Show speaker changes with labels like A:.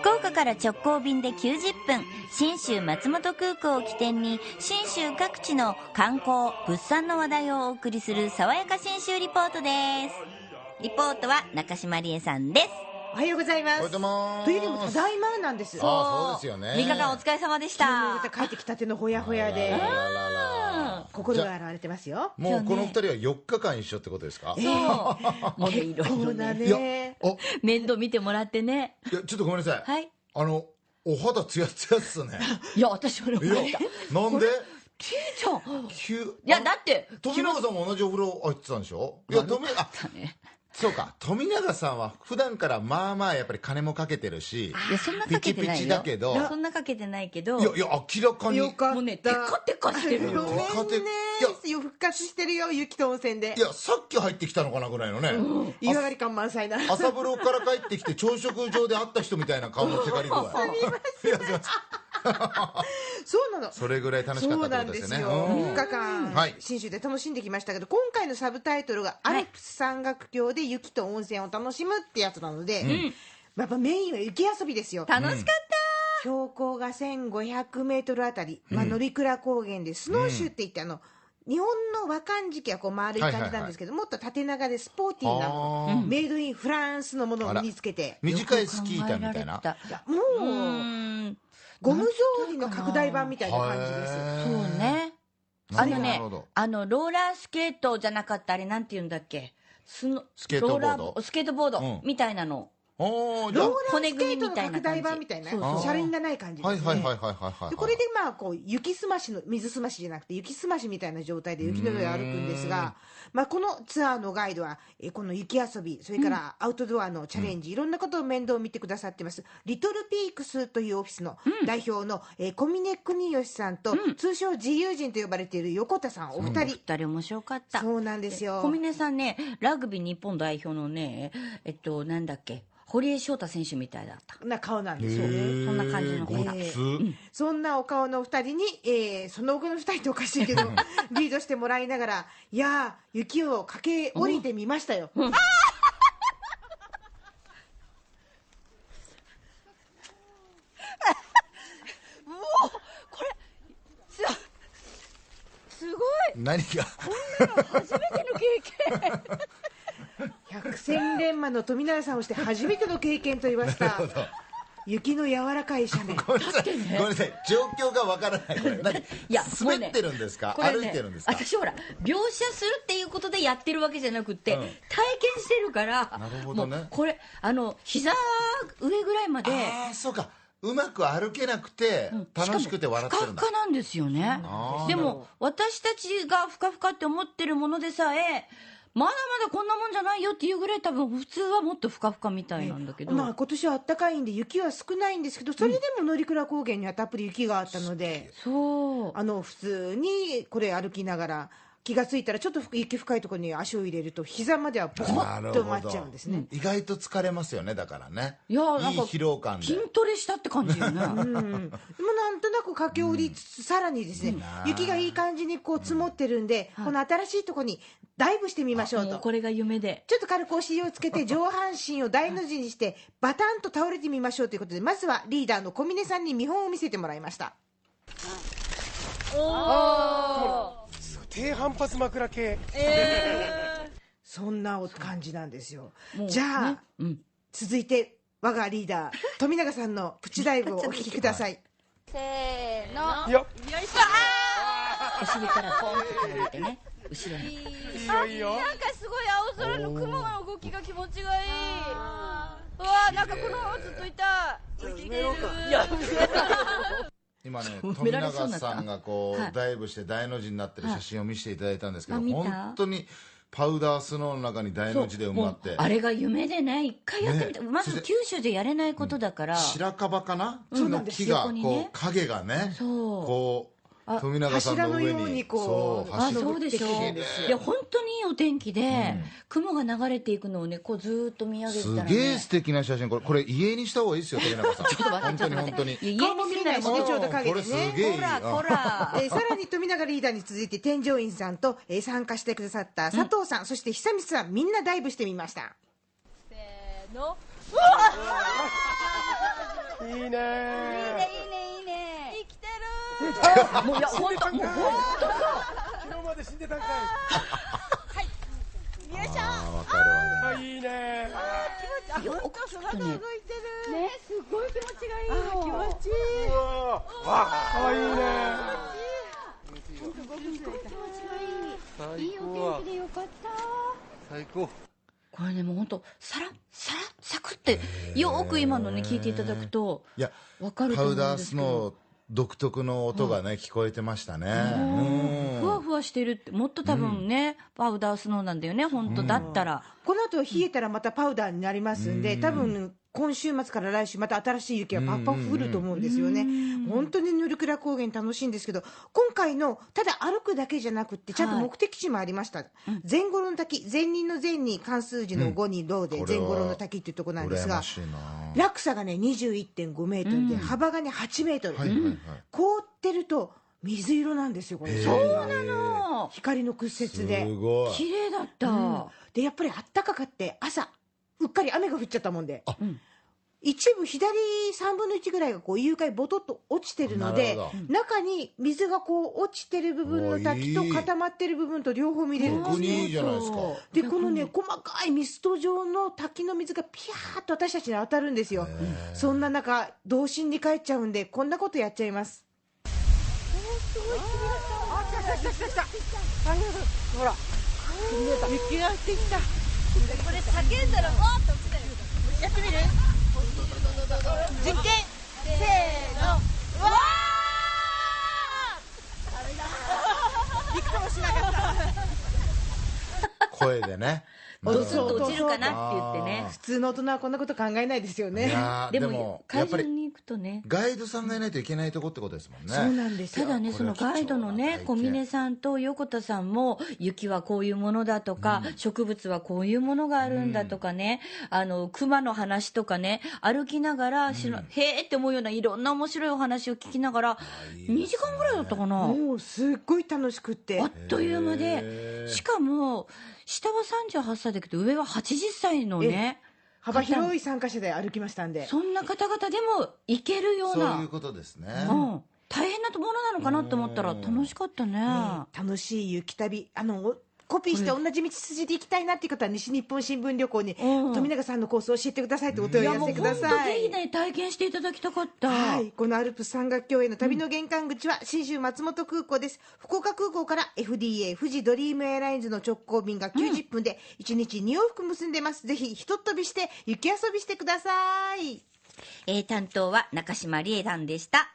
A: 福岡から直行便で90分、新州松本空港を起点に、新州各地の観光、物産の話題をお送りする、爽やか新州リポートです。リポートは中島理恵さんです。
B: おはようございま
C: おはよう
B: す
C: ございます
B: というよりもただいまなんです
C: あそうですよね
A: 3日間お疲れ様でした。
B: 昨日帰ってきたてのほやほやで
C: あらららら
B: 心が現れてますよ
C: もうこの二人は4日間一緒ってことですか、
A: そう。 もうねいろい
B: そ
A: ろ
B: うだ
A: ね。
C: いや
B: ね
C: あ
A: 面倒見てもらってね。
C: いやちょっとごめんなさい、
A: はい。
C: あのお肌ツヤツ ヤっすね
A: いや、私もね、
C: い
A: 思
C: や
A: った。
C: なんで
A: ケイちゃん。
C: 急
A: いや、だって、
C: 富永さんも同じお風呂入ってたんでしょいや富あ
A: ね
C: そうか富永さんは普段からまあまあやっぱり金もかけてるし
A: いや、そんなかけてないよ。
C: ピチピチだけど
A: いやそんなかけてないけど。
C: いやいや明らかに
B: よかった
A: もうね、テカテカしてる
B: ご
A: よ
B: めん。ねよ復活してるよゆきと温泉で
C: いやさっき入ってきたのかなぐらいのね、
B: 湯上がり感満載な
C: 朝風呂から帰ってきて朝食上で会った人みたいな顔のテカリ具合
B: そうなの
C: それぐらい楽しかっ
B: そ
C: た
B: う
C: って
B: なんで
C: ことです
B: す
C: よね
B: よ
C: う
B: 3
C: ん
B: 日間、
C: はい
B: 信州で楽しんできましたけど今回のサブタイトルが「アルプス山岳橋で雪と温泉を楽しむ」ってやつなので、まあやっぱメインは雪遊びですよ
A: 楽しかっ
B: 標高が1 5 0 0ルあたり、まあ、乗鞍高原でスノーシューっていってあの、日本の和漢時期はこう丸い感じなんですけど、もっと縦長でスポーティーなも
C: あー
B: のメイドインフランスのものを身につけて
A: た。
C: 短いスキー板みたい
A: よ
C: な
A: く考えられ
B: いやもう、
A: うーん。
B: ゴム草履の拡大版みたいな感じですよ
C: へ
A: そ
C: ー
A: うね。
C: な
A: あ
C: る
A: の
C: ほどな
A: ね
C: るほど、
A: あの、ローラースケートじゃなかった、あれ、なんて言うんだっけ。スノ
C: スケートボード
A: ロラスケートボード
C: うん
A: みたいなの。
C: おーじゃあ
B: ローラー
A: 骨
B: スケ
A: 組
B: ー
A: み
B: ト
A: み
B: の
A: たいな
B: 拡
A: 感じ
B: 大版みたいな
A: そう
C: そう
B: 車輪がない感じです、
C: は
B: ね
C: いはいはいはいはいはいはい
B: でこれでまあこう雪すましの水すましじゃなくて雪すましみたいな状態で雪の上を歩くんですが、まあ、このツアーのガイドはえーこの雪遊びそれからアウトドアのチャレンジ、いろんなことを面倒を見てくださってますリトルピークスというオフィスの代表の、えー小峰邦義さんと、通称自由人と呼ばれている横田さんお二人、
A: 二人面白かった。
B: そうなんですよ
A: 小峰さんね、ラグビー日本代表のね、えっと、なんだっけ、堀江翔太選手みたいだった。
B: な顔なん
C: へ
B: ですよね。
C: ー
A: そんな感じの
C: ご
B: え
C: つ
B: そんなお顔のお二人に、えーその後の二人っておかしいけど、リードしてもらいながら、いやー、雪を駆け降りてみましたよ。
D: おこれすすごい
C: 何が
D: 初めての経験
B: 百戦錬磨の富永さんをして初めての経験と言いま した。雪の柔らかい斜面。
C: ごめんなさい、ごめんなさい状況がわからないこれ何
A: いやもう
C: 滑
A: ね
C: ってるんですか、
A: これ
C: 歩
A: ね
C: いてるんですか
A: 私ほら描写するっていうことでやってるわけじゃなくって、
C: うん
A: 体験してるから
C: なるほどね
A: もうこれあの膝上ぐらいまで
C: ああそうかうまく歩けなくて楽しくて笑ってる
A: ふ
C: んだ
A: かふかなんですよね
C: あー
A: でも私たちがふかふかって思ってるものでさえまだまだこんなもんじゃないよっていうぐらい多分普通はもっとふかふかみたいなんだけど、
B: まあ今年は暖かいんで雪は少ないんですけど、それでも乗鞍高原にはたっぷり雪があったので、
A: そう
B: あの普通にこれ歩きながら、気がついたらちょっと雪深いところに足を入れると、膝まではボコッと埋まっちゃうんですね。
C: 意外と疲れますよねだからね
A: いやなんか
C: 疲労感で
A: 筋トレしたって感じよね
B: うん、 でもなんとなく駆け下りつつ、さらにですね、雪がいい感じにこう積もってるんで、この新しいとこにダイブしてみましょう
A: も
B: と
A: う。これが夢で
B: ちょっと軽くお尻をつけて上半身を大の字にしてバタンと倒れてみましょうということでまずはリーダーの小峰さんに見本を見せてもらいました
E: 低反発枕系
B: そんなお感じなんですよ
A: もう
B: じゃあ、
A: ねうん
B: 続いて我がリーダー富永さんのプチダイブをお聞きください
D: せーの
E: いや
A: お尻からポンって絡めてね後ろに
E: いいよいいよ
D: なんかすごい青空の雲の動きが気持ちがいいうわーなんかこのままずっといたい生きてる
C: 今ね
A: 褒
C: 富
A: められそう
C: 永
A: になった
C: さんがこう、
A: はい
C: ダイブして大の字になってる写真を見せていただいたんですけど、
A: はいあ見た
C: 本当にパウダースノーの中に大の字で埋まって
A: そうもうあれが夢でね一回やってみた、
C: ね
A: まず九州でやれないことだから、
C: 白樺かな、
B: そうな
C: の
B: んです
C: 木が
A: 横
C: こう、
A: にね
C: 影がね
A: そう
C: こう
A: あ
C: 富永さんの上
B: 柱
C: に
B: のようにこう
C: そう
A: あ
C: 柱
A: そうでしょ
B: 登ってきてるんですよ
A: いや本当にいいお天気で、雲が流れていくのをねこうずーっと見上げてたら、
C: す
A: ね、
C: げえ素敵な写真これこれ家にした方がいいですよ富永さん本当に本当に
A: いや
B: 顔
A: 家
B: も
A: に
B: 見
A: す
B: え
A: る
B: な
A: ないらもう
B: しね
C: うん
B: ちょうど影でね
C: これすげえいい
A: こらこ
C: あ
A: ら
B: えーさらに富永リーダーに続いて添乗員さんと、えー参加してくださった佐藤さん、そして久光さんみんなダイブしてみました
D: せーの
E: いいね
D: いいねいいね
F: 生きてる
E: もういや本当もう本当昨日まで死んでたんかい
F: よいしょ
C: あーわかるわね
E: あいいね
F: 気持ちあ本当空が動いてるねすごい気持ちがいい気持ちいう
E: わわあいいね
A: いいお天気でよかった
G: 最高
A: これねもう本当さらさらサクってよく今のね聞いていただくと
C: いや
A: わかると
C: パ
A: 思う
C: ウ
A: んで
C: ダー
A: す
C: ス
A: けど
C: ノー独特の音がね、聞こえてましたねうん
A: ふわふわしてるってもっと多分ね、パウダースノーなんだよね本当だったら、
B: この後冷えたらまたパウダーになりますんで、多分今週末から来週、また新しい雪がパッパッ降ると思うんですよね、本当にヌルクラ高原、楽しいんですけど、今回のただ歩くだけじゃなくって、ちゃんと目的地もありました、前五郎の滝、前人の前に漢数字の5にローで、
C: これ
B: 前
C: は
B: 五郎の滝っていうところなんです
C: 羨
B: が
C: ま、しいな
B: 落差がね、21.5メートルで、幅がね、8メートル、
C: はいはいはい、
B: 凍ってると水色なんですよ、これ、
C: な。
A: あー
B: 光の屈折です
C: ごい
A: 綺麗だった、
B: でやっぱりあったかかって朝うっかり雨が降っちゃったもんで
C: あ
A: うん
B: 一部左3分の1ぐらいがこう融解ボトッと落ちてるので
C: なるほ
B: 中に水がこう落ちてる部分の滝
C: うわい
B: と
C: い
B: 固まってる部分と両方見れるんで
C: 逆
B: す
C: に
B: ね
C: いいじゃないですか
B: でこのね細かいミスト状の滝の水がピャーっと私たちに当たるんですよそんな中童心に帰っちゃうんでこんなことやっちゃいます
F: これ叫んだらもっと落ちたよやってみる実験せーのうわーびっくりもしなかった
C: 声でね
A: ドスッと落ちるかなって言ってね
B: 普通の大人はこんなこと考えないですよ
C: い
B: ね
C: やー
A: で
C: で
A: も
C: も
A: 会
C: やっぱ
A: 場
C: り
A: に行くとね
C: ガイドさんがいないといけないとこってことですもんね
B: そうなんです
A: た
B: よ
A: だね、
C: こ
A: そ
C: れ
A: の
C: は
A: ガイドのね、
C: 貴重
A: 小
C: な体験
A: 峰さんと横田さんも、雪はこういうものだとか、植物はこういうものがあるんだとかね、あの、熊の話とかね、歩きながら、しのへーって思うようないろんな面白いお話を聞きながら、
C: いいですね
A: 2時間ぐらいだったかな。
B: もうすっごい楽しくって
A: あっという間
C: へ
A: で、
C: ー
A: しかも、下は38歳だけど、上は80歳のね、
B: 幅広い参加者で歩きましたんで
A: そんな方々でも行けるよう
C: そういう
A: な、
C: ことですね、
A: うん、大変なものなのかなと思ったら、楽しかったね。
B: 楽しい雪旅あのおコピーして同じ道筋で行きたいなっていう方は西日本新聞旅行に
A: うん
B: 富永さんのコースを教えてくださいってお問
A: い
B: い
A: や
B: 合わ
A: もう
B: せ
A: 本
B: く
A: 当
B: だ
A: ぜ
B: さい
A: ひ。ね体験していただきたかった、
B: はい、このアルプス山岳協栄の旅の玄関口は信州松本空港です、福岡空港から FDA 富士ドリームエアラインズの直行便が90分で1日2往復結んでます、ぜひひとっ飛びして雪遊びしてください
D: えー担当は中島理恵さんでした。